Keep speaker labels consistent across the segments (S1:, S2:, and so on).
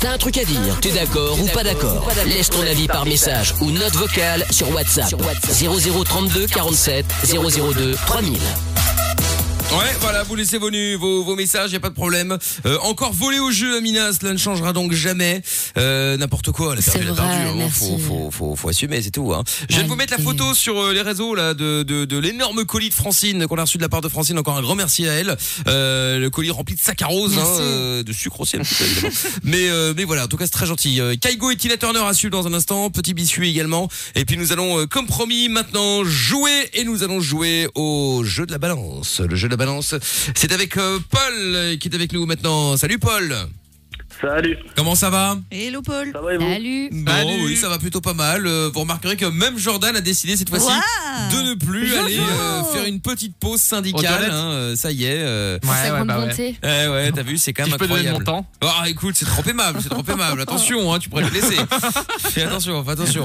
S1: T'as un truc à dire, t'es d'accord ou pas d'accord Laisse ton avis par message ou note vocale sur WhatsApp 0032 47 002 3000.
S2: Ouais, voilà, vous laissez vos, nu- vos, vos messages, y a pas de problème. Euh, encore voler au jeu, Amina, cela ne changera donc jamais. Euh, N'importe quoi, elle a perdu,
S3: C'est
S2: elle a
S3: vrai,
S2: perdu. hein.
S3: merci.
S2: faut, faut, faut, faut assumer, c'est tout. Hein. Je viens de vous mettre la photo sur euh, les réseaux là de, de, de l'énorme colis de Francine qu'on a reçu de la part de Francine. Encore un grand merci à elle. Euh, le colis rempli de saccharose, hein, euh, de sucre aussi un petit peu, évidemment. mais euh, mais voilà, en tout cas c'est très gentil. Euh, Kaigo et Tina Turner à suivre dans un instant. Petit biscuit également. Et puis nous allons, euh, comme promis, maintenant jouer et nous allons jouer au jeu de la balance. Le jeu de la balance, c'est avec euh, Paul euh, qui est avec nous maintenant. Salut Paul.
S4: Salut.
S2: Comment ça va?
S5: Hello Paul.
S4: Ça va et vous
S5: Salut.
S2: Bon, Bah oui, ça va plutôt pas mal. Euh, vous remarquerez que même Jordan a décidé cette fois-ci
S5: Waouh.
S2: de ne plus
S5: Jojo.
S2: aller euh, faire une petite pause
S6: Aux
S2: syndicale.
S6: toilettes.
S2: hein, euh, ça y est. euh,
S6: Ouais,
S5: Sa
S6: ouais,
S5: grande
S6: bah ouais.
S5: bonté.
S2: eh ouais, t'as vu, c'est quand
S6: Si
S2: même
S6: je peux donner mon temps.
S2: incroyable. Ah, écoute, c'est trop aimable, c'est trop aimable. Attention, hein, tu pourrais te blesser. Fais attention, fais attention.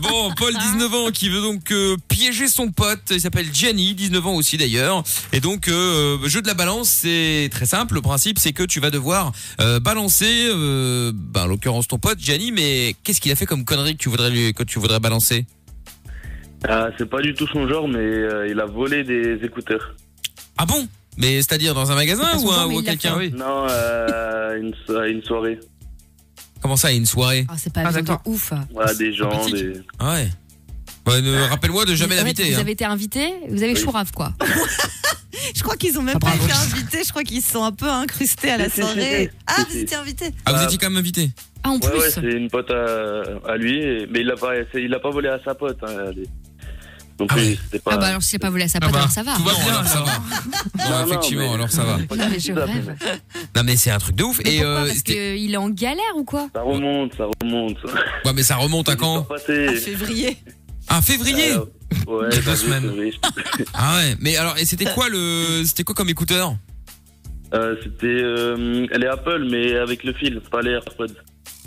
S2: Bon, Paul, 19 ans, qui veut donc euh, piéger son pote. Il s'appelle Gianni, 19 ans aussi d'ailleurs. Et donc, euh, jeu de la balance, c'est très simple. Le principe, c'est que tu vas devoir euh, balancer, euh, bah, en l'occurrence ton pote Gianni, mais qu'est-ce qu'il a fait comme connerie que tu voudrais, lui, que tu voudrais balancer
S4: Ah, c'est pas du tout son genre, mais euh, il a volé des écouteurs.
S2: Ah bon Mais c'est-à-dire dans un magasin
S7: Ah,
S5: pas son
S2: ou, à-
S5: genre, mais
S2: ou à
S5: il l'a
S2: quelqu'un
S6: fait.
S4: Non, euh, une, so- à une soirée.
S2: Comment ça, à une soirée
S5: Ah, c'est pas bien de
S6: d'accord.
S5: ouf.
S4: Ouais, des gens,
S2: sympathique.
S4: des...
S2: Ah ouais. Bah, ne- Rappelle-moi de jamais
S5: En fait,
S2: l'inviter.
S5: Vous
S2: hein.
S5: avez été invité, vous avez
S4: Oui.
S5: chourave quoi.
S7: Je crois qu'ils ont même
S5: Ah,
S7: pas
S5: bravo.
S7: été invités. Je crois qu'ils se sont un peu incrustés à la
S4: Si, si, si,
S7: soirée.
S4: si.
S7: Ah,
S4: Si,
S7: vous
S4: si.
S7: étiez invités.
S2: Ah, vous
S4: Ah.
S2: étiez quand même invité
S5: Ah, en
S4: Ouais,
S5: plus.
S4: ouais, c'est une pote à, à lui, et- mais il l'a pas, c'est- il l'a pas volé à sa pote. hein, elle est- Donc
S2: Ah
S4: lui,
S2: ouais.
S4: c'était pas.
S5: Ah bah alors si j'ai pas voulu à sa patte,
S6: bah,
S5: alors ça va. hein.
S6: tout va
S2: Non,
S6: bien,
S2: alors ça
S6: alors.
S2: va. Non,
S4: Non, non,
S2: effectivement,
S4: mais-
S2: alors ça va.
S5: Non, mais je rêve.
S2: Non, mais c'est un truc de ouf.
S5: Mais
S2: Et
S5: pourquoi
S2: euh,
S5: Parce
S2: c'était-
S5: qu'il est en galère ou quoi
S4: Ça remonte, ça remonte.
S2: ouais, mais ça remonte à quand
S7: À
S4: Passé.
S7: février.
S2: Ah, février.
S4: Alors, Ouais,
S2: Il y a deux
S4: janvier,
S2: semaines.
S4: février.
S2: Ah ouais. Mais alors, et c'était quoi le, c'était quoi comme écouteur
S4: Euh, C'était, euh, elle est Apple, mais avec le fil, pas les AirPods.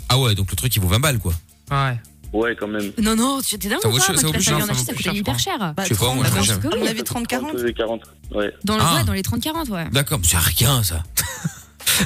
S2: Ah ouais, donc le truc il vaut 20 balles quoi.
S6: Ouais.
S4: Ouais, quand même.
S5: Non, non, tu t'es dingue
S2: Ça
S5: ou
S2: vaut
S5: pas
S2: cher-
S5: Moi,
S2: ça
S5: qui
S2: vaut
S5: passe
S2: cher,
S5: ma
S6: ça
S5: vie en
S6: vaut
S5: archi, ça
S6: plus
S5: coûtait
S6: cher, je
S5: hyper cher.
S7: Bah,
S2: Je sais pas,
S5: Ah,
S2: moi, je
S5: je
S2: pense
S5: pense que
S7: À mon
S5: oui.
S7: avis, 30-40.
S4: 32, 40. Ouais.
S5: Dans le
S2: Ah.
S5: ouais, dans les 30-40, ouais.
S2: D'accord, mais c'est rien ça.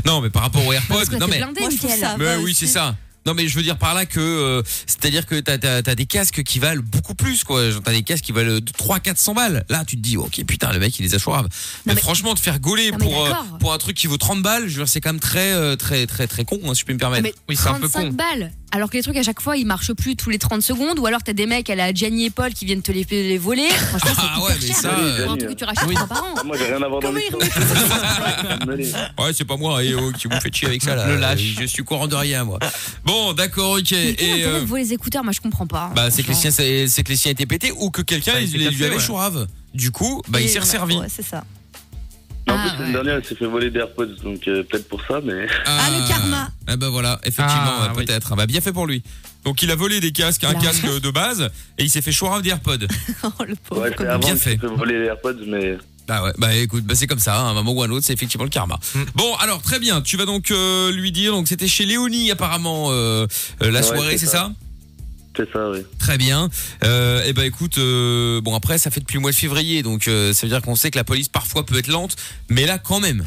S2: non, mais par rapport aux
S5: Parce
S2: AirPods,
S5: que
S2: non
S5: t'es
S2: mais.
S5: blindé,
S7: Moi, je trouve
S5: Mickaël.
S7: ça-
S2: Mais
S7: va
S2: oui,
S7: aussi.
S2: c'est ça. Non mais je veux dire par là que euh, c'est-à-dire que t'as as, des casques qui valent beaucoup plus quoi. Genre, T'as des casques qui valent 3 400 balles. Là tu te dis ok putain le mec il les a chourables. Mais,
S5: mais-
S2: franchement te faire gauler
S5: Non, mais
S2: pour euh,
S5: d'accord.
S2: pour un truc qui vaut 30 balles, je veux dire c'est quand même très euh, très très très con hein, si je peux me permettre.
S5: Mais
S6: Oui, c'est un peu
S5: 35
S6: con.
S5: balles. Alors que les trucs à chaque fois ils marchent plus tous les 30 secondes, ou alors t'as des mecs à la Gianni et Paul qui viennent te les, les voler. Franchement, c'est
S2: Ah
S5: hyper
S2: ouais, mais
S5: cher.
S2: ça,
S5: Pour un
S4: euh,
S5: truc que tu rachètes
S6: oui.
S5: un par an.
S4: Ah, Moi, j'ai rien à voir dans
S7: Comment il
S4: l'histoire. Désolé.
S2: Ouais, c'est pas moi et, euh, qui vous fait chier avec ça là.
S6: Le lâche.
S2: Je suis courant de rien moi. Bon, d'accord, OK.
S5: Mais quel
S2: Et
S5: intérêt
S2: euh,
S5: de voler les écouteurs Moi, je comprends pas. hein,
S2: bah c'est que les siens c'est c'est que les siens étaient pétés ou que quelqu'un
S6: Ça a
S2: il
S6: été
S2: les- lui
S6: cassé,
S2: avait
S6: ouais.
S2: chourave. Du coup, bah il
S7: Et-
S2: s'est resservi.
S7: Ouais, c'est ça.
S4: En
S5: Ah,
S4: plus, l'année
S5: ouais.
S4: dernière, elle s'est fait voler des AirPods, donc euh, peut-être pour ça, mais.
S7: Ah, le karma.
S2: Eh ben voilà, effectivement,
S6: Ah,
S2: euh,
S6: oui.
S2: peut-être. Ah, bah bien fait pour lui. Donc il a volé des casques, un
S5: Là.
S2: casque de base et il s'est fait chourave des AirPods.
S7: Oh, le pauvre.
S4: Ouais, c'est avant
S2: bien
S4: qu'elle
S2: fait.
S4: s'est fait voler les AirPods, mais.
S2: Bah ouais, bah écoute, bah c'est comme ça, hein, à un moment ou à un autre, c'est effectivement le karma. Bon, alors très bien, tu vas donc euh, lui dire donc c'était chez Léonie apparemment euh, euh, la
S4: Ouais,
S2: soirée,
S4: c'est
S2: c'est
S4: ça.
S2: ça
S4: C'est ça, oui.
S2: Très bien. Euh, et ben écoute, euh, bon après ça fait depuis le mois de février, donc euh, ça veut dire qu'on sait que la police parfois peut être lente, mais là quand même,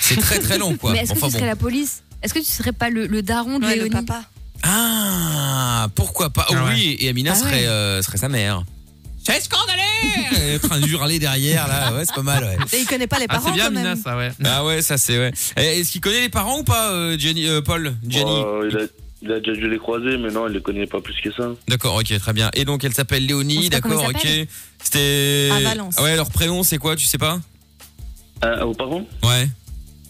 S2: c'est très très lent quoi.
S5: Mais est-ce que
S2: Enfin,
S5: tu serais
S2: bon.
S5: la police Est-ce que tu serais pas le, le daron de
S7: Ouais, le
S5: Léonie
S7: papa.
S2: Ah pourquoi pas Oh
S6: Ah ouais.
S2: oui, et Amina
S5: Ah ouais.
S2: serait euh, serait sa mère. C'est scandaleux Et En train de hurler derrière là, ouais c'est pas mal. Ouais.
S7: Et il connaît pas les
S6: Ah,
S7: parents
S6: c'est bien,
S7: quand même.
S6: Mina, ça, ouais.
S2: Ah ouais ça c'est ouais. Et Est-ce qu'il connaît les parents ou pas, euh, Jenny, euh, Paul, Jenny
S4: Oh, il, a, il a déjà dû les croiser, mais non, il les connaît pas plus que ça.
S2: D'accord, ok, très bien. Et donc elle s'appelle
S5: On
S2: Léonie,
S5: sait pas
S2: d'accord,
S5: comment elle
S2: ok.
S5: s'appelle
S2: C'était.
S7: À Valence.
S2: Ah ouais, leur prénom c'est quoi, tu sais pas
S4: Ah, aux parents
S2: Ouais.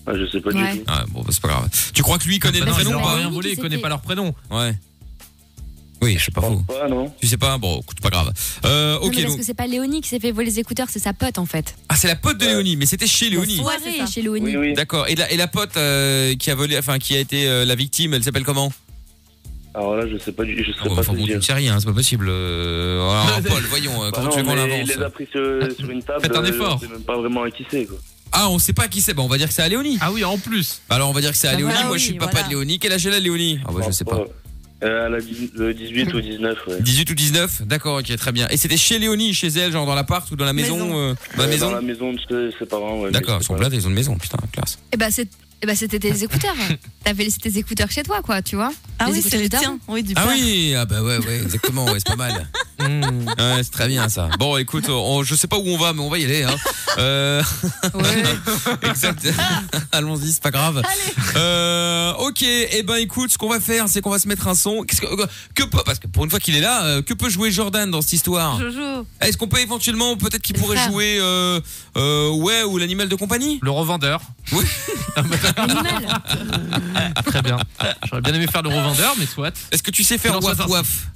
S4: ah, Je sais pas
S5: Ouais.
S4: du tout.
S2: Ah, bon, bah, c'est pas grave. Tu crois que lui il connaît le
S6: Bah non, ils
S2: prénom
S6: leur
S2: ou
S3: Ah
S6: ont
S2: pas
S6: rien
S5: Oui,
S6: volé, ils
S5: c'était-
S6: connaissent pas leur prénom.
S2: Ouais. Oui, je sais pas
S4: Je
S2: faux.
S4: pense Pas, Ah, non
S2: Tu sais pas Bon, écoute, pas grave. Euh,
S5: Non, mais
S2: ok,
S5: parce
S2: donc.
S5: que c'est pas Léonie qui s'est fait voler les écouteurs, c'est sa pote en fait.
S2: Ah, c'est la pote de
S4: Ouais.
S2: Léonie, mais c'était chez Léonie.
S7: Ouais,
S5: Soirée
S7: c'est ça.
S5: chez Léonie.
S4: Oui, oui.
S2: D'accord. Et la, et la pote euh, qui a volé, enfin, qui a été euh, la victime, elle s'appelle comment
S4: Alors là, je sais pas du je serais
S2: Oh,
S4: pas
S2: Enfin,
S4: te
S2: bon, tu
S4: dire.
S2: ne sais rien, c'est pas possible. Euh, alors, Paul, voyons, euh,
S4: Bah
S2: comment
S4: non,
S2: tu veux qu'on
S4: mais il
S2: l'avance
S4: les a pris sur, sur une table.
S6: Faites un
S4: euh,
S6: effort.
S4: On sait même pas vraiment à qui c'est, quoi.
S2: Ah, on sait pas qui c'est. Bah, on va dire que c'est à Léonie.
S6: Ah oui, en plus.
S2: Bah, alors, on va dire que c'est à
S7: Bah,
S2: Léonie.
S7: voilà,
S2: Moi, je suis
S7: oui,
S2: le papa
S7: voilà.
S2: de Léonie. Quel âge elle a, Léonie Ah, bah, je sais pas.
S4: Oh. Euh, elle a dix- euh, 18 ou 19, ouais.
S2: 18 ou 19 D'accord, ok, très bien. Et c'était chez Léonie, chez elle, genre dans l'appart ou dans la maison,
S7: Maison.
S2: euh, Dans la
S4: Euh,
S2: maison
S4: Dans la maison de ses, ses parents, ouais. mais
S2: D'accord,
S4: je
S2: ils
S4: sais
S2: sont
S4: pas.
S2: blindés, ils ont une maison, putain, classe.
S5: Et bah c'est Eh ben, c'était tes écouteurs. T'avais laissé tes écouteurs chez toi, quoi, tu vois.
S7: Ah
S5: Les
S7: oui,
S5: écouteurs
S7: c'est le
S5: du daron.
S7: tien. hein. Oui, du
S2: Ah
S7: père.
S2: oui, ah bah ouais, ouais, exactement, ouais, c'est pas mal.
S3: Hmm.
S2: Mm. Ouais, c'est très bien ça. Bon, écoute, on- je sais pas où on va, mais on va y aller. Hein. Euh, exact. Allons-y, c'est pas grave. Euh, ok, et eh ben écoute, ce qu'on va faire, c'est qu'on va se mettre un son. Qu'est-ce que, que peut, parce que pour une fois qu'il est là, euh, que peut jouer Jordan dans cette histoire
S5: Jojo.
S2: Est-ce qu'on peut éventuellement, peut-être qu'il
S5: Le
S2: pourrait
S5: frère.
S2: jouer, euh, euh, ouais, ou l'animal de compagnie
S3: Le revendeur.
S5: Animal.
S3: Ah, Très bien. J'aurais bien aimé faire le revendeur, mais soit.
S2: Est-ce que tu sais faire
S3: Non, ça,
S2: waf
S3: ça, ça.
S2: waf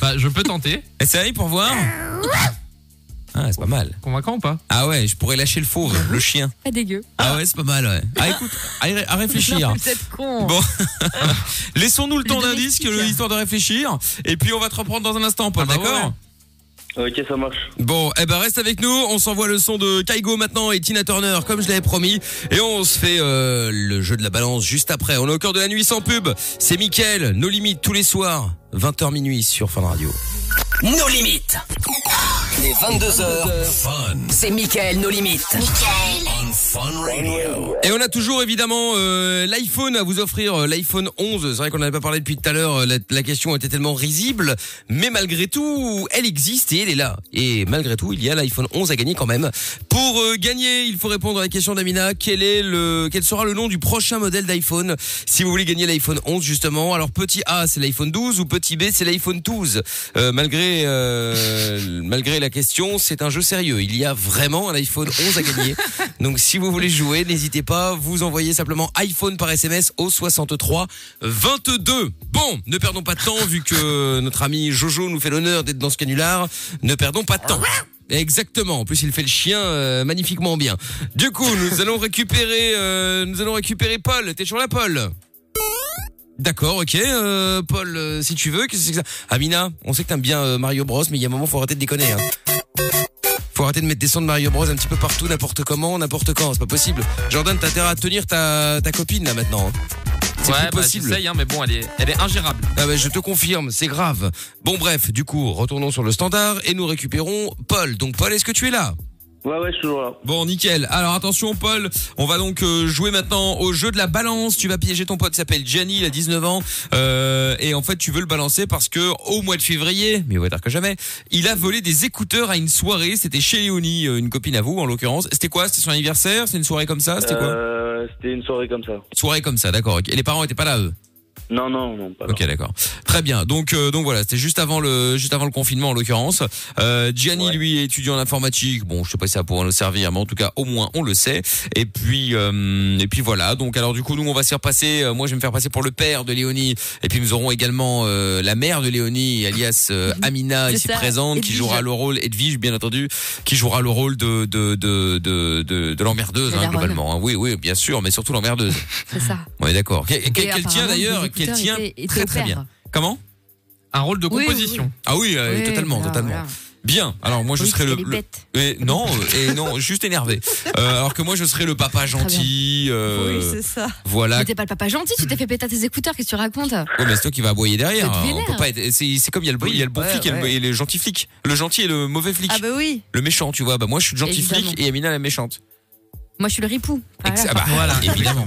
S3: Bah, je peux tenter.
S2: Essaye pour voir. Ah, c'est pas mal.
S3: Convaincant ou pas
S2: Ah ouais, je pourrais lâcher le fauve, le chien.
S5: Pas dégueu.
S2: Ah ouais, c'est pas mal, ouais. Ah écoute, à, y ré- à réfléchir.
S5: Vous êtes con.
S2: Bon, laissons-nous le temps d'un disque,
S5: domestique.
S2: le- histoire de réfléchir, et puis on va te reprendre dans un instant, Paul,
S3: Ah bah
S2: d'accord
S3: ouais.
S4: Ok, ça marche.
S2: Bon, eh ben reste avec nous, on s'envoie le son de Kaigo maintenant et Tina Turner, comme je l'avais promis, et on se fait euh, le jeu de la balance juste après. On est au cœur de la nuit sans pub, c'est Mickaël, nos limites tous les soirs, 20h minuit sur Fun Radio.
S1: Nos limites. Les 22h. C'est Michael, nos limites.
S2: Et on a toujours évidemment euh, l'iPhone à vous offrir, euh, l'iPhone 11. C'est vrai qu'on n'avait pas parlé depuis tout à l'heure, euh, la, la question était tellement risible, mais malgré tout, elle existe et elle est là. Et malgré tout, il y a l'iPhone 11 à gagner quand même. Pour euh, gagner, il faut répondre à la question d'Amina, quel est le quel sera le nom du prochain modèle d'iPhone si vous voulez gagner l'iPhone 11 justement. Alors petit A, c'est l'iPhone 12 ou petit B, c'est l'iPhone 12. Euh, malgré euh, malgré la question, c'est un jeu sérieux. Il y a vraiment un iPhone 11 à gagner. Donc si vous voulez jouer, n'hésitez pas, vous envoyez simplement iPhone par SMS au 63 22. Bon, ne perdons pas de temps vu que notre ami Jojo nous fait l'honneur d'être dans ce canular, ne perdons pas de temps. Exactement. En plus, il fait le chien euh, magnifiquement bien. Du coup, nous allons récupérer, euh, nous allons récupérer Paul. T'es sur la Paul. D'accord, ok, euh, Paul, euh, si tu veux, qu'est-ce que c'est que ça Amina, on sait que t'aimes bien euh, Mario Bros, mais il y a un moment, faut arrêter de déconner. Hein. Faut arrêter de mettre des sons de Mario Bros un petit peu partout, n'importe comment, n'importe quand, c'est pas possible. Jordan, t'as intérêt à tenir ta, ta copine là maintenant. hein. C'est
S3: ouais,
S2: plus
S3: bah,
S2: possible.
S3: j'essaye, hein, mais bon, elle est, elle est ingérable.
S2: Ah bah, je te confirme, c'est grave. Bon bref, du coup, retournons sur le standard et nous récupérons Paul. Donc Paul, est-ce que tu es là
S4: Ouais, ouais, je suis toujours là.
S2: Bon, nickel. Alors attention Paul, on va donc euh, jouer maintenant au jeu de la balance. Tu vas piéger ton pote, il s'appelle Gianni, il a 19 ans. Euh, et en fait, tu veux le balancer parce que au mois de février, mais on va dire que jamais, il a volé des écouteurs à une soirée. C'était chez Léonie, euh, une copine à vous en l'occurrence. C'était quoi C'était son anniversaire C'est une soirée comme ça Ah, C'était quoi
S4: Euh, C'était une soirée comme ça.
S2: Soirée comme ça, d'accord. ok. Et les parents étaient pas là, eux
S4: Non, non, non, pas là.
S2: Ok, d'accord. Très bien. Donc, euh, donc voilà, c'était juste avant le, juste avant le confinement en l'occurrence. Euh, Gianni,
S4: Ouais.
S2: lui, est étudiant en informatique. Bon, je sais pas si ça pourra nous servir, mais en tout cas, au moins, on le sait. Et puis, euh, et puis voilà. Donc, alors du coup, nous, on va se faire passer. euh, moi, je vais me faire passer pour le père de Léonie. Et puis, nous aurons également euh, la mère de Léonie, alias euh, Amina,
S5: Mhm. C'est
S2: ici
S5: ça,
S2: présente, qui
S5: Edwige.
S2: jouera le rôle Edwige, bien entendu, qui jouera le rôle de de de de de, de l'emmerdeuse
S5: De la
S2: hein,
S5: daronne.
S2: globalement. hein. Oui, oui, bien sûr, mais surtout l'emmerdeuse.
S5: C'est ça.
S2: On est d'accord. Que- que-
S5: Et
S2: Qu'elle tient
S5: apparemment,
S2: d'ailleurs,
S5: les
S2: qu'elle
S5: écouteurs
S2: tient
S5: étaient- étaient
S2: très
S5: au
S2: très
S5: pair.
S2: bien. Comment
S3: Un rôle de
S5: Oui, oui,
S3: composition.
S2: Ah oui, euh,
S5: Oui,
S2: totalement,
S5: voilà,
S2: totalement.
S5: voilà.
S2: Bien. Alors moi je
S5: Oui,
S2: serais le,
S5: elle est
S2: le-
S5: bête.
S2: et non euh, et non juste énervé. Euh, alors que moi je serais le papa gentil. euh,
S7: Oui, c'est ça.
S2: voilà.
S5: Mais t'es pas le papa gentil, tu t'es fait péter tes écouteurs, qu'est-ce que tu racontes
S2: Ouais, mais c'est toi qui vas aboyer derrière.
S5: Vous êtes
S2: On
S5: vénère.
S2: peut pas être. C'est c'est comme il y a le bon- il y a le bon
S3: Ouais,
S2: flic et, le,
S3: ouais.
S2: et le gentil flic. Le gentil et le mauvais flic.
S7: Ah bah oui.
S2: Le méchant, tu vois. Bah moi je suis le gentil flic
S5: Évidemment.
S2: et Amina la méchante.
S5: Moi, je suis le ripou. Voilà.
S2: Ex- ah bah, voilà. Évidemment.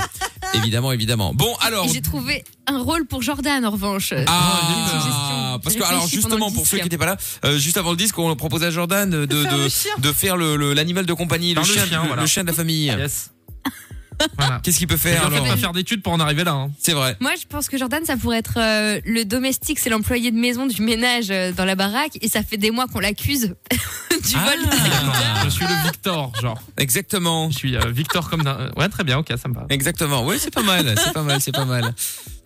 S2: évidemment, évidemment. Bon alors.
S5: Et J'ai trouvé un rôle pour Jordan en revanche. Une
S2: Ah,
S5: suggestion.
S2: parce que
S5: Réfléchis
S2: alors justement
S5: pendant le
S2: pour ceux qui
S5: disque.
S2: n'étaient pas là, euh, juste avant le disque, on proposait à Jordan de de,
S7: Faire le
S2: de-
S7: chien.
S2: de faire le le- l'animal de compagnie, le
S3: Faire le
S2: chien,
S3: chien,
S2: le-
S3: voilà.
S2: le chien de la famille.
S3: Yes. Voilà.
S2: Qu'est-ce qu'il peut
S3: J'ai
S2: faire
S3: bien fait de
S2: alors
S3: pas faire d'études pour en arriver là. hein.
S2: C'est vrai.
S5: Moi, je pense que Jordan, ça pourrait être euh, le domestique, c'est l'employé de maison du ménage euh, dans la baraque, et ça fait des mois qu'on l'accuse du
S2: Ah.
S5: vol. des écouteurs.
S3: Je suis le Victor, genre.
S2: Exactement.
S3: Je suis euh, Victor comme d'un. Ouais, très bien, ok, ça me va.
S2: Exactement. Oui, c'est pas mal. C'est pas mal. C'est pas mal.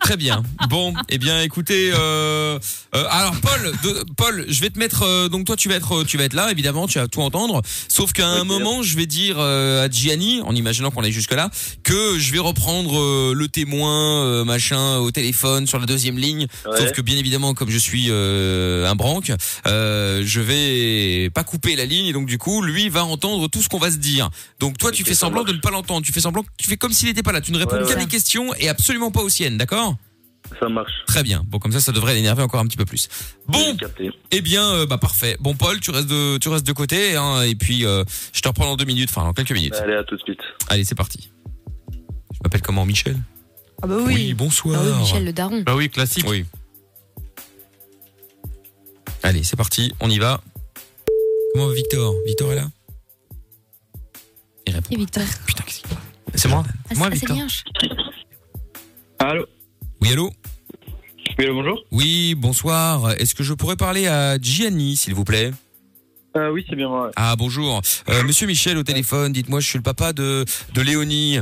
S2: Très bien. Bon, eh bien, écoutez. Euh, euh, alors, Paul, de- Paul, je vais te mettre. euh, donc, toi, tu vas être, tu vas être là. Évidemment, tu vas tout entendre. Sauf qu'à un
S4: Ok.
S2: moment, je vais dire euh, à Gianni, en imaginant qu'on est jusque là, que je vais reprendre euh, le témoin, euh, machin, au téléphone sur la deuxième ligne.
S4: Ouais.
S2: Sauf que bien évidemment, comme je suis euh, un branque, euh, je vais pas couper la ligne et donc du coup, lui va entendre tout ce qu'on va se dire. Donc toi, tu
S4: Ok,
S2: fais
S4: ça
S2: semblant
S4: marche.
S2: de ne pas l'entendre. Tu fais semblant, que tu fais comme s'il n'était pas là. Tu ne réponds
S4: Ouais,
S2: qu'à
S4: ouais.
S2: mes questions et absolument pas aux siennes, d'accord
S4: Ça marche.
S2: Très bien. Bon, comme ça, ça devrait l'énerver encore un petit peu plus. Bon,
S4: J'ai capté.
S2: eh bien, euh, bah parfait. Bon, Paul, tu restes de, tu restes de côté hein, et puis euh, je te reprends dans deux minutes, enfin dans quelques minutes.
S4: Allez, Bah, à tout de suite.
S2: Allez, c'est parti. Je m'appelle comment Michel
S7: Ah bah oui.
S2: bonsoir.
S5: Michel le daron.
S3: Bah oui, classique.
S2: Oui. Allez, c'est parti, on y va. Comment va Victor Victor est là Il répond.
S5: Et Victor.
S2: Putain, qu'est-ce qu'il parle C'est moi
S5: Ah,
S3: Moi,
S5: c'est- ah, c'est
S3: Victor.
S5: bien. je-
S4: Allô
S2: Oui, allô
S4: Oui, allô, bonjour
S2: Oui, bonsoir. Est-ce que je pourrais parler à Gianni, s'il vous plaît
S4: euh, Oui, c'est bien moi. ouais.
S2: Ah, bonjour. Euh, Monsieur Michel au téléphone, dites-moi, je suis le papa de, de Léonie.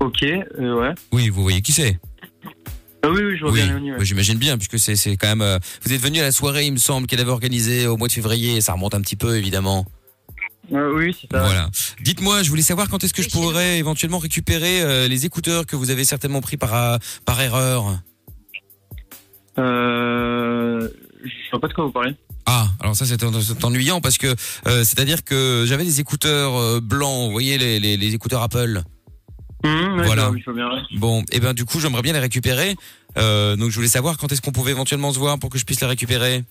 S4: Ok, euh, ouais.
S2: Oui, vous voyez qui c'est
S4: Ah oui, oui, je vois
S2: Oui,
S4: bien Léonie, ouais.
S2: bah, j'imagine bien, puisque c'est c'est quand même... euh, vous êtes venu à la soirée, il me semble, qu'elle avait organisée au mois de février. Ça remonte un petit peu, évidemment.
S4: Euh, oui, c'est ça.
S2: Voilà. Dites-moi, je voulais savoir quand est-ce que je
S5: Michel.
S2: pourrais éventuellement récupérer euh, les écouteurs que vous avez certainement pris par, euh, par erreur.
S4: Euh, je vois pas de quoi vous parlez.
S2: Ah, alors ça c'est en- c'est ennuyant parce que euh, c'est-à-dire que j'avais des écouteurs euh, blancs, vous voyez les, les, les écouteurs Apple.
S4: Hum, ouais,
S2: Voilà.
S4: je vois, je vois bien, ouais.
S2: Bon, et ben du coup j'aimerais bien les récupérer. Euh, donc je voulais savoir quand est-ce qu'on pouvait éventuellement se voir pour que je puisse les récupérer.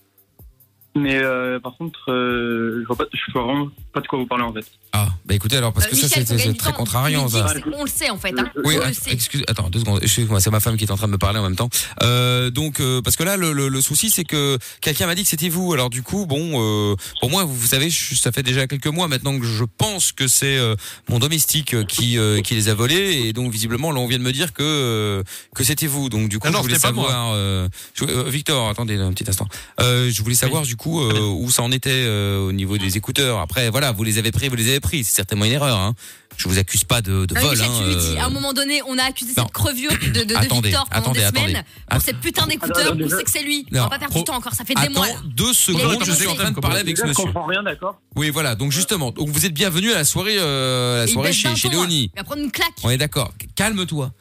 S4: Mais euh, par contre, euh, je vois pas, je vois vraiment pas de quoi vous parlez en fait.
S2: Ah, bah écoutez alors parce
S5: Euh,
S2: que
S5: Michel,
S2: ça c'est-
S5: faut gagner
S2: c'est
S5: du
S2: très
S5: temps.
S2: contrariant
S5: Tu lui dis
S2: ça.
S5: que c'est- On le sait en fait. hein.
S2: Oui, ah,
S5: on le
S2: att-
S5: sait.
S2: excuse, attends deux secondes. Excuse-moi, c'est ma femme qui est en train de me parler en même temps. Euh, donc, euh, parce que là, le, le- le souci, c'est que quelqu'un m'a dit que c'était vous. Alors du coup, bon, euh, pour moi, vous, vous savez, je- ça fait déjà quelques mois maintenant que je pense que c'est euh, mon domestique euh, qui euh, qui les a volés. Et donc, visiblement, là, on vient de me dire que euh, que c'était vous. Donc, du coup,
S3: Ah non,
S2: je voulais
S3: c'était pas moi.
S2: savoir. euh, je- euh, Victor, attendez un petit instant. Euh, je voulais savoir du coup euh, où ça en était euh, au niveau des écouteurs. Après, voilà, vous les avez pris, vous les avez pris. C'est certainement une erreur. Hein. Je vous accuse pas de, de
S5: Non, mais
S2: vol.
S5: Michel,
S2: hein,
S5: Ah tu lui
S2: euh,
S5: dis, à un moment donné, on a accusé
S2: non.
S5: cette crevure de, de, de
S2: Attendez,
S5: Victor pendant
S2: attendez,
S5: des
S2: attendez.
S5: semaines
S2: Att-
S5: pour ces putins d'écouteurs.
S4: Attendez,
S5: On
S4: je-
S5: sait que c'est lui.
S2: Non,
S5: on va pas perdre
S2: pro-
S5: du temps encore, ça fait des
S2: Attends
S5: mois. là.
S2: deux
S5: Il a
S2: secondes,
S5: été
S2: je suis en train
S5: annoncé.
S2: de parler avec ce
S4: Déjà, Je
S2: monsieur.
S4: comprends rien, d'accord
S2: Oui, voilà, donc justement, donc vous êtes bienvenu à la soirée, euh, à la
S5: Et il
S2: soirée
S5: baisse d'un
S2: chez, chez
S5: ton, hein.
S2: Léonie.
S5: Il va prendre une claque.
S2: On est d'accord, calme-toi.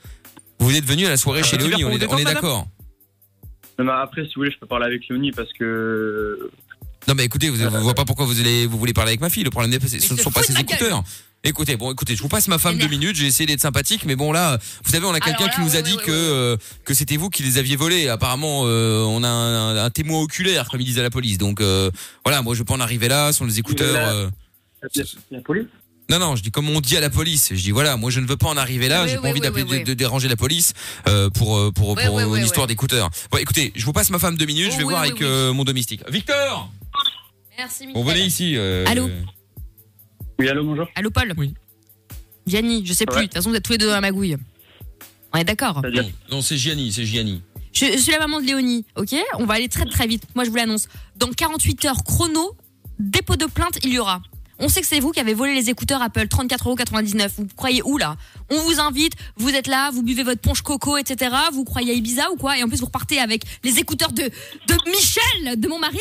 S2: Vous êtes venu à la soirée chez
S3: Ah, bah, tu veux
S2: Léonie,
S3: dire
S2: on est,
S3: qu'on détend,
S2: on est
S3: madame
S2: d'accord.
S4: Non, mais après, si vous voulez, je peux parler avec Léonie parce que.
S2: Non, mais écoutez,
S3: Ah,
S2: vous,
S3: bah,
S2: vous voyez pas pourquoi vous, allez, vous voulez parler avec ma fille. Le problème, n'est pas-
S5: Mais
S2: ce ne
S5: se
S2: sont pas
S5: fout de
S2: ses
S5: ma gueule.
S2: écouteurs. Écoutez, bon, écoutez, je vous passe ma femme deux
S5: Vénère.
S2: minutes. J'ai essayé d'être sympathique, mais bon là, vous savez, on a quelqu'un
S5: là,
S2: qui nous a
S5: oui,
S2: dit
S5: oui, oui.
S2: que euh, que c'était vous qui les aviez volés. Apparemment, euh, on a un, un- un témoin oculaire, comme ils disent à la police. Donc euh, voilà, moi je peux en arriver là, sont les écouteurs.
S4: là-
S2: euh,
S4: Il y a police
S2: Non, non, je dis comme on dit à la police. Je dis voilà, moi je ne veux pas en arriver là.
S5: Oui,
S2: J'ai
S5: oui,
S2: pas envie
S5: oui,
S2: d'appeler-
S5: oui, oui.
S2: de, de déranger la police euh, pour euh, pour,
S5: Oui,
S2: pour
S5: oui,
S2: une
S5: oui,
S2: histoire d'écouteurs. Bon, écoutez, je vous passe ma femme deux minutes.
S5: Oh,
S2: je vais
S5: oui,
S2: voir
S5: oui,
S2: avec
S5: oui.
S2: euh, mon domestique. Victor,
S5: Merci, Michel.
S2: on venait ici. euh,
S5: Allô
S4: Oui, allô, bonjour.
S5: Allô, Paul
S3: Oui.
S5: Gianni, je sais plus. De
S4: Ouais.
S5: toute façon, vous êtes tous les deux à ma gouille. On est d'accord.
S4: C'est-à-dire.
S2: Non, non, c'est Gianni, c'est Gianni.
S5: Je, je suis la maman de Léonie, ok On va aller très très vite. Moi, je vous l'annonce. Dans 48 heures chrono, dépôt de plainte, il y aura. On sait que c'est vous qui avez volé les écouteurs Apple, 34,99€. Vous croyez où là On vous invite, vous êtes là, vous buvez votre ponche coco, etc. Vous croyez à Ibiza ou quoi Et en plus, vous repartez avec les écouteurs de, de Michel, de mon mari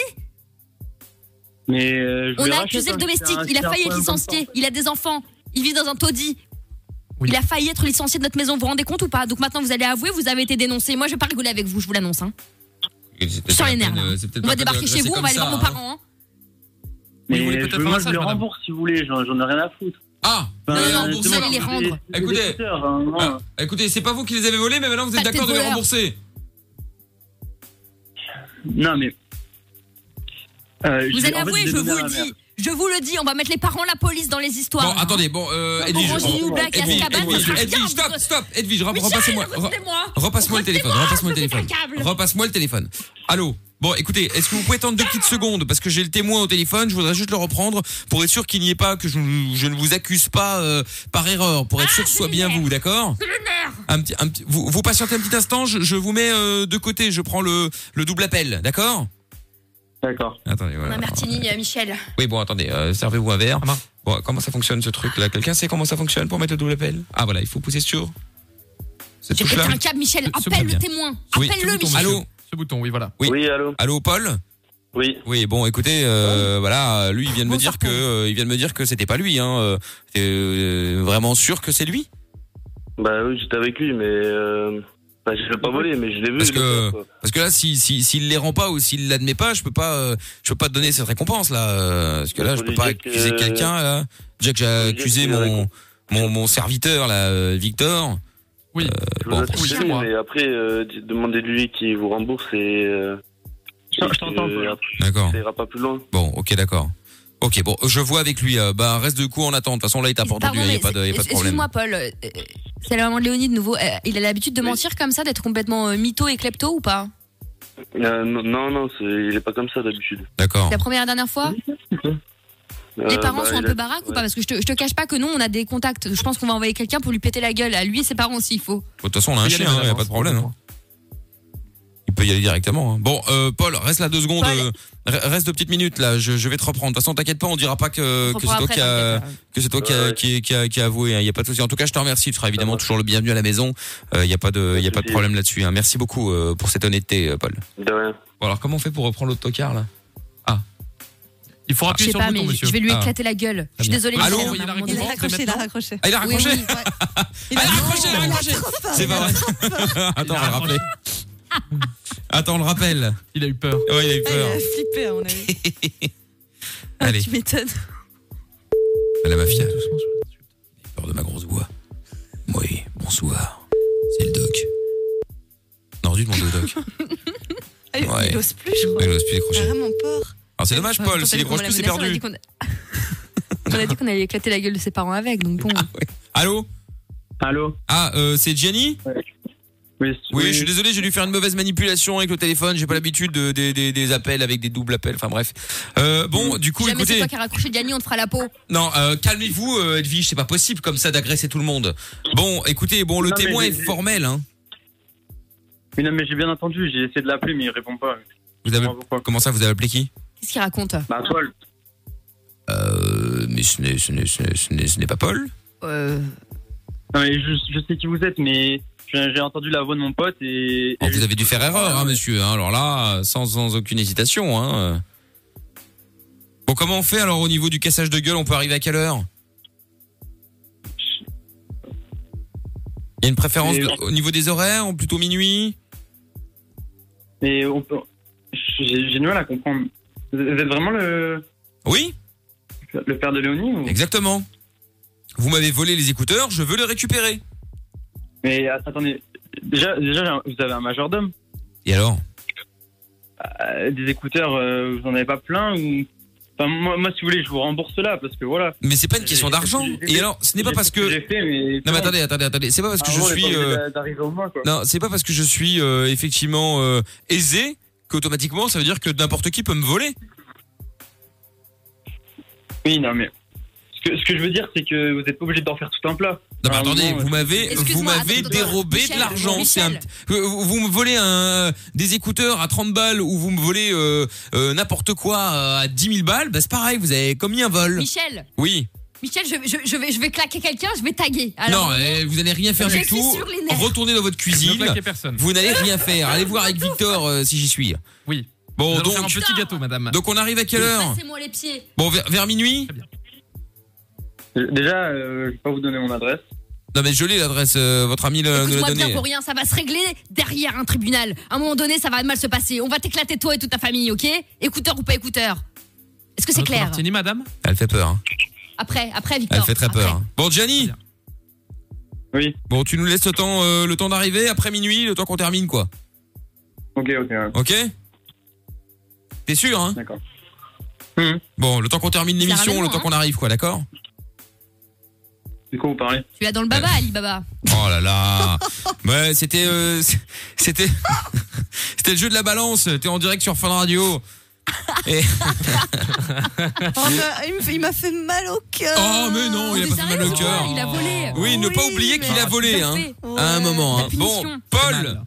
S4: Mais. euh, je
S5: On
S4: vais
S5: a
S4: racheter,
S5: accusé le
S4: hein, c'est
S5: domestique,
S4: un-
S5: il a
S4: c'est un
S5: failli être
S4: problème comme ça, en
S5: licencié,
S4: fait.
S5: il a des enfants, il vit dans un taudis.
S3: Oui.
S5: Il a failli être licencié de notre maison, vous vous rendez compte ou pas Donc maintenant vous allez avouer, vous avez été dénoncé. Moi je vais pas rigoler avec vous, je vous l'annonce. Hein. Je sens les nerfs là. On va débarquer chez vous, on va aller voir nos parents. hein.
S3: Oui, vous voulez
S4: Mais
S3: peut-être
S4: je-
S3: faire un
S4: moi, je
S3: message,
S4: les
S3: madame.
S4: rembourse si vous voulez, j'en j'en ai rien à foutre. Bah,
S2: Ah,
S4: Non,
S5: non, non,
S2: euh,
S5: vous
S2: c'est
S5: allez
S2: bon.
S5: les rendre.
S4: Des- des
S2: Écoutez.
S4: écouteurs, hein, non.
S2: Ah, écoutez, c'est pas vous qui les avez volés, mais maintenant vous êtes
S5: Pas de
S2: d'accord de les
S5: voleur.
S2: rembourser.
S4: Non, mais. Euh,
S5: Vous
S4: je-
S5: allez
S4: en fait,
S5: avouer,
S4: vais
S5: je
S4: donner
S5: vous
S4: à
S5: le
S4: ma mère.
S5: dis. Je vous le dis, on va mettre les parents, la police dans les
S2: Bon,
S5: histoires.
S2: attendez, bon, euh,
S4: Ah,
S2: Edwige,
S4: bon,
S5: Orange
S2: re-
S4: j'ai-
S5: New Black,
S2: Edwige,
S5: Azkaban,
S2: Edwige,
S5: ça sera bien,
S2: Edwige, stop,
S5: votre-
S2: stop, Edwige, re-
S5: Michel,
S2: repassez-moi, re-
S5: revenez-moi.
S2: repasse-moi le téléphone,
S5: Revenez-moi,
S2: repasse-moi le
S5: je
S2: téléphone.
S5: pète un câble.
S2: Repasse-moi le téléphone. Allô Bon, écoutez, est-ce que vous pouvez attendre deux petites secondes Parce que j'ai le témoin au téléphone, je voudrais juste le reprendre pour être sûr qu'il n'y ait pas, que je, je ne vous accuse pas euh, par erreur, pour
S5: Ah,
S2: être sûr que ce soit bien vous, d'accord un petit, un petit- vous, vous patientez un petit instant, je, je vous mets euh, de côté, je prends le, le double appel, d'accord
S4: D'accord.
S2: Attendez, voilà.
S5: Un martini, euh, Michel.
S2: Oui, bon, attendez, euh, servez-vous un verre. Bon, comment ça fonctionne ce truc-là Quelqu'un sait comment ça fonctionne pour mettre le double appel Ah voilà, il faut pousser sur cette
S5: Tu pètes
S2: touche-là.
S5: un câble, Michel.
S3: Ce- ce
S5: Appelle le
S3: bouton.
S5: témoin.
S2: Oui,
S5: Appelle-le,
S3: ce bouton,
S5: Michel.
S2: Allô
S3: monsieur. Ce bouton, oui, voilà.
S2: Oui.
S4: Oui, allô
S2: Allô, Paul
S4: Oui.
S2: Oui, bon, écoutez, euh, voilà, lui, il vient de me
S5: Bonsoir,
S2: dire que,
S5: Paul.
S2: euh, il vient de me dire que c'était pas lui. Hein, euh, t'es, euh, vraiment sûr que c'est lui
S4: Bah oui, j'étais avec lui, mais. Euh... Bah, je l'ai pas volé, mais je l'ai vu.
S2: Parce
S4: je l'ai
S2: que-
S4: vu, quoi.
S2: Parce que là, si, si, s'il les rend pas ou s'il l'admet pas, je peux pas, euh, je peux pas te donner cette récompense là. euh, parce que là, je
S4: Faut
S2: peux
S4: lui
S2: pas
S4: dire que-
S2: accuser quelqu'un. Là. Déjà que j'ai
S4: lui dire
S2: accusé
S4: qu'il a
S2: mon,
S4: récom-
S2: mon, mon serviteur là, euh, Victor. Euh,
S3: Oui.
S4: Je
S2: bon,
S4: vous laisse
S3: oui,
S4: écouter,
S3: c'est moi.
S4: mais après, euh, d- demandez-lui qui vous rembourse et. euh,
S3: Je
S4: et que-
S3: t'entends, Paul.
S4: après,
S2: D'accord.
S4: Ça ira pas plus loin.
S2: Bon, ok, d'accord. Ok, bon, je vois avec lui. euh, bah, reste de coup en attente. De toute façon, là, il t'a pas entendu.
S5: Pardon,
S2: Il n'y a
S5: mais
S2: pas de, il y a pas de
S5: c'est-
S2: problème.
S5: Excuse-moi, Paul. euh, euh, C'est la maman de Léonie de nouveau. Euh, Il a l'habitude de mentir comme ça, d'être complètement euh, mytho et klepto ou pas
S4: Euh, non, non, non, c'est- il est pas comme ça d'habitude.
S2: D'accord.
S5: C'est La première et dernière fois Les
S4: Euh,
S5: parents
S4: bah,
S5: sont un
S4: il
S5: peu
S4: a-
S5: baraques ou
S4: ouais.
S5: pas Parce que je te, je te cache pas que nous, on a des contacts. Je pense qu'on va envoyer quelqu'un pour lui péter la gueule à lui et ses parents s'il faut.
S2: Bon, De toute façon, on a un
S3: Il y a
S2: chien,
S3: des
S2: il n'y a
S3: avances,
S2: pas de problème. hein. Il peut y aller directement. hein. Bon, euh, Paul, reste là deux secondes.
S5: Paul.
S2: euh, re- reste deux petites minutes là. Je, je vais te reprendre. De toute façon, t'inquiète pas, on dira pas que,
S5: On
S2: que c'est toi
S5: reprend
S2: qui
S5: après,
S2: a,
S5: t'inquiète, hein.
S2: que c'est toi qui a,
S4: Ouais, ouais.
S2: qui, qui a, qui a avoué. hein. Il n'y a pas de souci. En tout cas, je te remercie. Tu seras évidemment
S4: marche.
S2: toujours le bienvenu à la maison. Euh, Il n'y a pas de, il y a
S4: de
S2: pas de
S4: souci.
S2: problème là-dessus. hein. Merci beaucoup euh, pour cette honnêteté, euh, Paul.
S4: De rien.
S2: Bon, alors comment on fait pour reprendre l'autocar là
S3: Il faut
S5: Je
S3: appuyer
S5: sais
S3: sur le
S5: pas, mais
S3: bouton,
S5: je
S3: monsieur.
S5: je vais lui
S2: Ah.
S5: éclater la gueule. Je suis
S2: bien.
S5: désolée,
S2: Allô,
S5: Michel,
S3: il
S5: on a
S3: a
S5: un moment
S3: raccroché,
S7: Il a
S5: donné-
S7: raccroché, il a raccroché.
S2: Ah,
S7: Oui, oui, ouais. Il
S2: il a raccroché. Ah, il a
S7: non,
S2: raccroché, il a
S7: il
S2: raccroché.
S7: trop peur,
S3: Eh
S2: C'est
S7: il
S2: pas
S7: a
S3: ben,
S2: vrai.
S7: trop peur.
S2: Attends, on va le rappeler. Attends, on le rappelle.
S3: Il a eu peur.
S2: Ouais, il a eu
S7: Ah, Il
S2: peur.
S7: a flippé, à mon avis.
S2: Allez,
S7: Tu m'étonnes.
S2: à la mafia. peur de ma grosse voix. Oui, bonsoir. C'est le doc. Non, du demande au doc.
S7: Ah, il-
S2: Ouais.
S7: Il ose plus, je crois.
S2: Il n'ose plus
S7: Il a
S2: décrocher.
S7: Vraiment peur.
S2: Alors Ah, c'est dommage,
S5: Attends,
S2: Paul. S'il
S5: t'as
S2: décroche
S5: dit
S2: plus, c'est
S5: qu'on l'a
S2: perdu.
S5: menacé, On a dit qu'on a- on a dit qu'on allait éclater la gueule de ses parents avec, donc
S2: Ah,
S5: bon.
S2: Allô
S4: Allô
S2: Ah, euh, c'est Gianni
S4: Oui,
S2: Oui, je suis désolé, j'ai dû faire une mauvaise manipulation avec le téléphone. J'ai pas l'habitude de- des, des- des appels avec des doubles appels. Enfin bref. Euh, bon, du coup,
S5: Mmh. Jamais c'est
S2: écoutez.
S5: toi qui as raccroché Gianni, on te fera la peau.
S2: Non, euh, calmez-vous, euh, Edwige. C'est pas possible comme ça d'agresser tout le monde. Bon, écoutez, bon, le
S4: Non, mais
S2: témoin
S4: j'ai-
S2: est formel. Hein.
S4: Mais non, mais j'ai bien entendu, j'ai essayé de l'appeler, mais il répond pas.
S2: Vous avez...
S4: Je comprends pas pourquoi.
S2: Comment ça, vous avez appelé qui
S5: Qu'est-ce qu'il raconte
S4: Bah, Paul.
S2: Euh, mais ce n'est, ce n'est- ce n'est- ce n'est- ce n'est pas Paul.
S5: Euh,
S4: Non, mais je, je sais qui vous êtes, mais j'ai j'ai entendu la voix de mon pote et. et
S2: Alors, vous
S4: je-
S2: avez dû faire erreur, hein, monsieur. hein. Alors là, sans, sans aucune hésitation. Hein. Bon, comment on fait alors au niveau du cassage de gueule On peut arriver à quelle heure Il y a une préférence
S4: Et-
S2: de- au niveau des horaires, plutôt minuit
S4: Mais on peut. J'ai j'ai du mal à comprendre. Vous vous êtes vraiment le,
S2: Oui,
S4: le père de Léonie ou...
S2: exactement. Vous m'avez volé les écouteurs, je veux les récupérer.
S4: Mais att- attendez, déjà, déjà j'ai un- vous avez un majordome.
S2: Et alors
S4: Euh, des écouteurs, euh, vous en avez pas plein ou... Enfin, moi, moi, si vous voulez, je vous rembourse là parce que voilà.
S2: Mais c'est pas une question
S4: J'ai-
S2: d'argent.
S4: j'ai-
S2: Et alors, ce n'est pas
S4: J'ai
S2: parce
S4: fait ce
S2: que...
S4: j'ai fait, mais.
S2: Non mais attendez, attendez, attendez. C'est pas parce que
S4: Ah
S2: je suis... euh,
S4: d'arriver au moins, quoi.
S2: Non, c'est pas parce que je suis euh, effectivement euh, aisé qu'automatiquement ça veut dire que n'importe qui peut me voler.
S4: Oui, non, mais. Ce que, ce que je veux dire, c'est que vous n'êtes pas obligé d'en faire tout un plat.
S2: Non, mais
S4: Ah,
S2: attendez,
S4: non,
S2: vous m'avez, vous
S5: Excuse-moi,
S2: m'avez
S5: attends, attends,
S2: dérobé
S5: Michel,
S2: de l'argent. C'est un,
S5: Michel.
S2: petit- vous vous me volez un, euh, des écouteurs à 30 balles ou vous me volez euh, euh, n'importe quoi euh, à 10 000 balles. Bah c'est pareil, vous avez commis un vol.
S5: Michel,
S2: Oui.
S5: Michel, je, je- je vais, je vais claquer quelqu'un, je vais taguer. Alors,
S2: non, eh, vous n'allez rien faire
S5: Je
S2: du
S5: suis
S2: tout.
S5: sur les nerfs.
S2: Retournez dans votre
S3: Ne
S2: cuisine.
S3: claquez personne.
S2: Vous n'allez rien faire. Allez voir avec Victor euh, si j'y suis.
S3: Oui.
S2: Bon,
S3: Nous allons faire
S2: donc,
S3: un petit gâteau, madame.
S2: donc on arrive à quelle heure
S5: passez-moi les pieds.
S2: Bon, vers, vers minuit.
S4: Déjà, euh, je vais pas vous donner mon adresse.
S2: Non mais je l'ai l'adresse. euh, votre ami le- nous l'a
S5: Écoute-moi bien
S2: donnée.
S5: pour rien, ça va se régler derrière un tribunal. À un moment donné, ça va mal se passer. On va t'éclater toi et toute ta famille, ok Écouteur ou pas écouteur Est-ce que c'est
S3: Votre
S5: clair
S3: Martini, madame.
S2: Elle fait peur. hein.
S5: Après, après, Victor.
S2: Elle fait très peur.
S5: après.
S2: hein. Bon, Gianni,
S3: Bien.
S4: Oui,
S2: bon, tu nous laisses le temps, euh, le temps d'arriver après minuit, le temps qu'on termine, quoi.
S4: ok, ok, ouais.
S2: Ok T'es sûr, hein
S4: d'accord.
S2: Bon, le temps qu'on
S5: Ça
S2: termine l'émission,
S5: ramène
S2: le
S5: loin,
S2: temps qu'on arrive, quoi, d'accord
S4: Du coup, vous parlez
S5: Tu as dans le baba, Alibaba.
S2: Oh là là Ouais, c'était. euh, c- c'était. c'était le jeu de la balance. T'es en direct sur Fun Radio.
S7: Oh, mais il me fait- il m'a fait mal au cœur.
S2: Oh, mais non, il a
S5: Mais
S2: pas fait
S5: sérieux,
S2: mal au
S5: pourquoi
S2: cœur.
S5: Il a volé.
S2: Oui, ne
S7: Oui,
S2: pas oublier
S7: mais-
S2: qu'il a volé, hein.
S5: Parfait.
S7: Ouais.
S2: À un moment,
S5: La
S2: hein.
S5: punition.
S2: Bon,
S3: Madame,
S2: Paul
S3: là.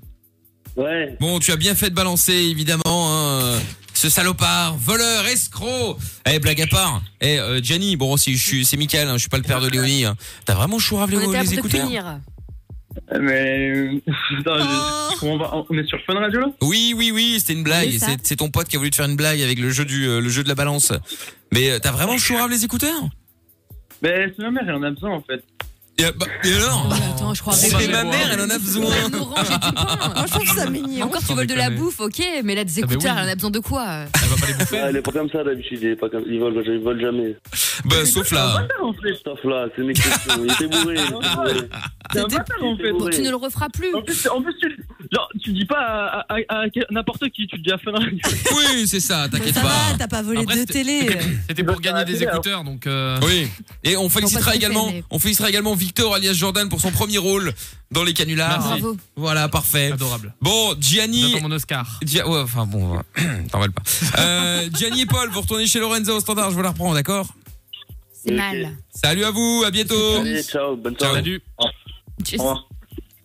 S4: Ouais.
S2: Bon, tu as bien fait de balancer, évidemment, hein, ce salopard, voleur, escroc. Eh, blague à part. Eh, euh, Gianni, bon, si je suis, c'est Michael, hein, je suis pas le père de Léonie. hein. T'as vraiment chourave
S5: On était
S2: les,
S5: là
S2: les
S5: pour te
S2: écouteurs
S5: punir.
S4: Mais. euh, Putain,
S2: Oh.
S4: je- comment on, va- on est sur Fun Radio là
S2: Oui, oui, oui, c'était une blague.
S5: C'est ça.
S2: C'est c'est ton pote qui a voulu te faire une blague avec le jeu du, euh, le jeu de la balance. Mais euh, t'as vraiment chourave les écouteurs
S4: Mais c'est ma mère, elle en a besoin en fait.
S2: et, euh, bah, et alors
S5: Oh, attends, je crois
S2: C'est
S5: vraiment-
S2: ma mère, elle en a besoin.
S5: Un orange et du pain.
S7: Moi, je trouve ça mignon.
S5: Encore tu
S3: Sans
S5: voles de la
S3: déconner.
S5: bouffe, ok, mais là des
S2: bah
S3: Ah, mais
S5: écouteurs,
S3: oui.
S5: elle en a besoin de quoi
S3: Elle va pas les bouffer.
S4: elle est pas comme ça d'habitude, il est pas comme. Il vole, il vole jamais.
S2: Bah, sauf là.
S4: en fait, ce là c'est mes questions. Il était bourré. il était bourré. C'est un bâtard en fait.
S2: Ah,
S5: Bon, tu ne le referas plus.
S4: En plus, en plus tu, genre, tu dis pas à, à- à- à n'importe qui, tu le dis à Fun Radio.
S2: Oui, c'est ça, t'inquiète
S5: Bah,
S7: Ça
S2: pas.
S7: va, t'as pas volé
S3: Après,
S7: deux
S3: c'était-
S7: télé.
S3: C'était pour gagner des écouteurs, donc. euh,
S2: Oui. Et on félicitera
S5: pas tout à fait,
S2: également,
S5: mais-
S2: on félicitera également Victor alias Jordan pour son premier rôle dans les canulars.
S3: Merci.
S5: Bravo.
S2: Voilà, parfait.
S3: Adorable.
S2: Bon, Gianni.
S3: J'attends mon Oscar.
S2: Gia- ouais, enfin bon, voilà. t'emballes pas. Euh, Gianni et Paul, vous retournez chez Lorenzo au standard, je vous la reprends, d'accord
S5: C'est mal.
S2: Salut à vous, à bientôt.
S4: Allez, ciao, bonne
S2: Ciao.
S4: soirée.
S3: Salut.
S5: Tu-
S4: Au revoir.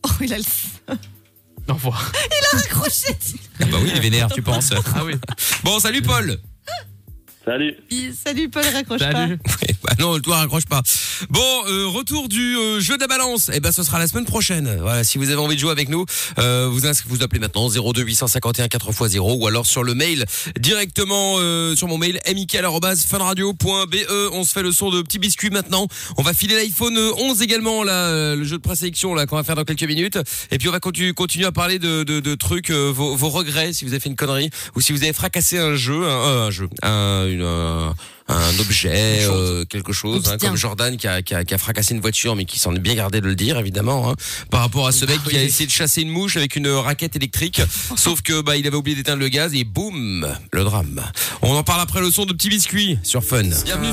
S7: Oh, il a le
S3: Au revoir.
S7: crochet.
S2: Ah bah oui, il est vénère, tu penses.
S3: Ah oui.
S2: Bon, salut Paul.
S4: Salut.
S7: Salut, Paul, raccroche pas.
S3: Salut.
S2: Eh bah non, toi raccroche pas. Bon, euh, retour du euh, jeu de la balance. Eh ben, ce sera la semaine prochaine. Voilà, si vous avez envie de jouer avec nous, euh, vous ins- vous appelez maintenant 02 851 4x0 ou alors sur le mail directement euh, sur mon mail mik@funradio.be. E. On se fait le son de petits biscuits maintenant. On va filer l'iPhone 11 également là, euh, le jeu de présélection là qu'on va faire dans quelques minutes. Et puis on va continu- continuer à parler de, de, de trucs, euh, vos, vos regrets si vous avez fait une connerie ou si vous avez fracassé un jeu, un, euh, un jeu, un, une, euh, un objet, euh, quelque chose, hein,
S5: Obstin.
S2: comme Jordan qui a, qui, a, qui a fracassé une voiture mais qui s'en est bien gardé de le dire évidemment, hein, par rapport à ce mec qui a essayé de chasser une mouche avec une raquette électrique, sauf que bah il avait oublié d'éteindre le gaz et boum le drame. On en parle après le son de petits biscuits sur Fun. Bienvenue